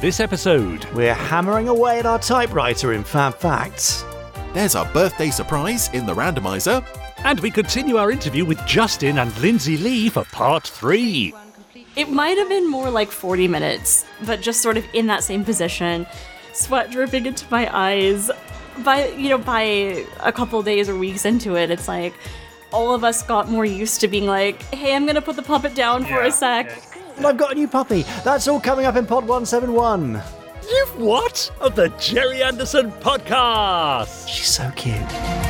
This episode, We're hammering away at our typewriter in Fab Facts. There's our birthday surprise in the randomizer. and we continue our interview with Justin and Lindsay Lee for part three. It might have been more like 40 minutes, but just sort of in that same position, sweat dripping into my eyes. By you know, by a couple days or weeks into it, it's like all of us got more used to being like, "Hey, I'm gonna put the puppet down for a sec." And I've got a new puppy. That's all coming up in Pod 171. You've what? Of the Jerry Anderson podcast. She's so cute.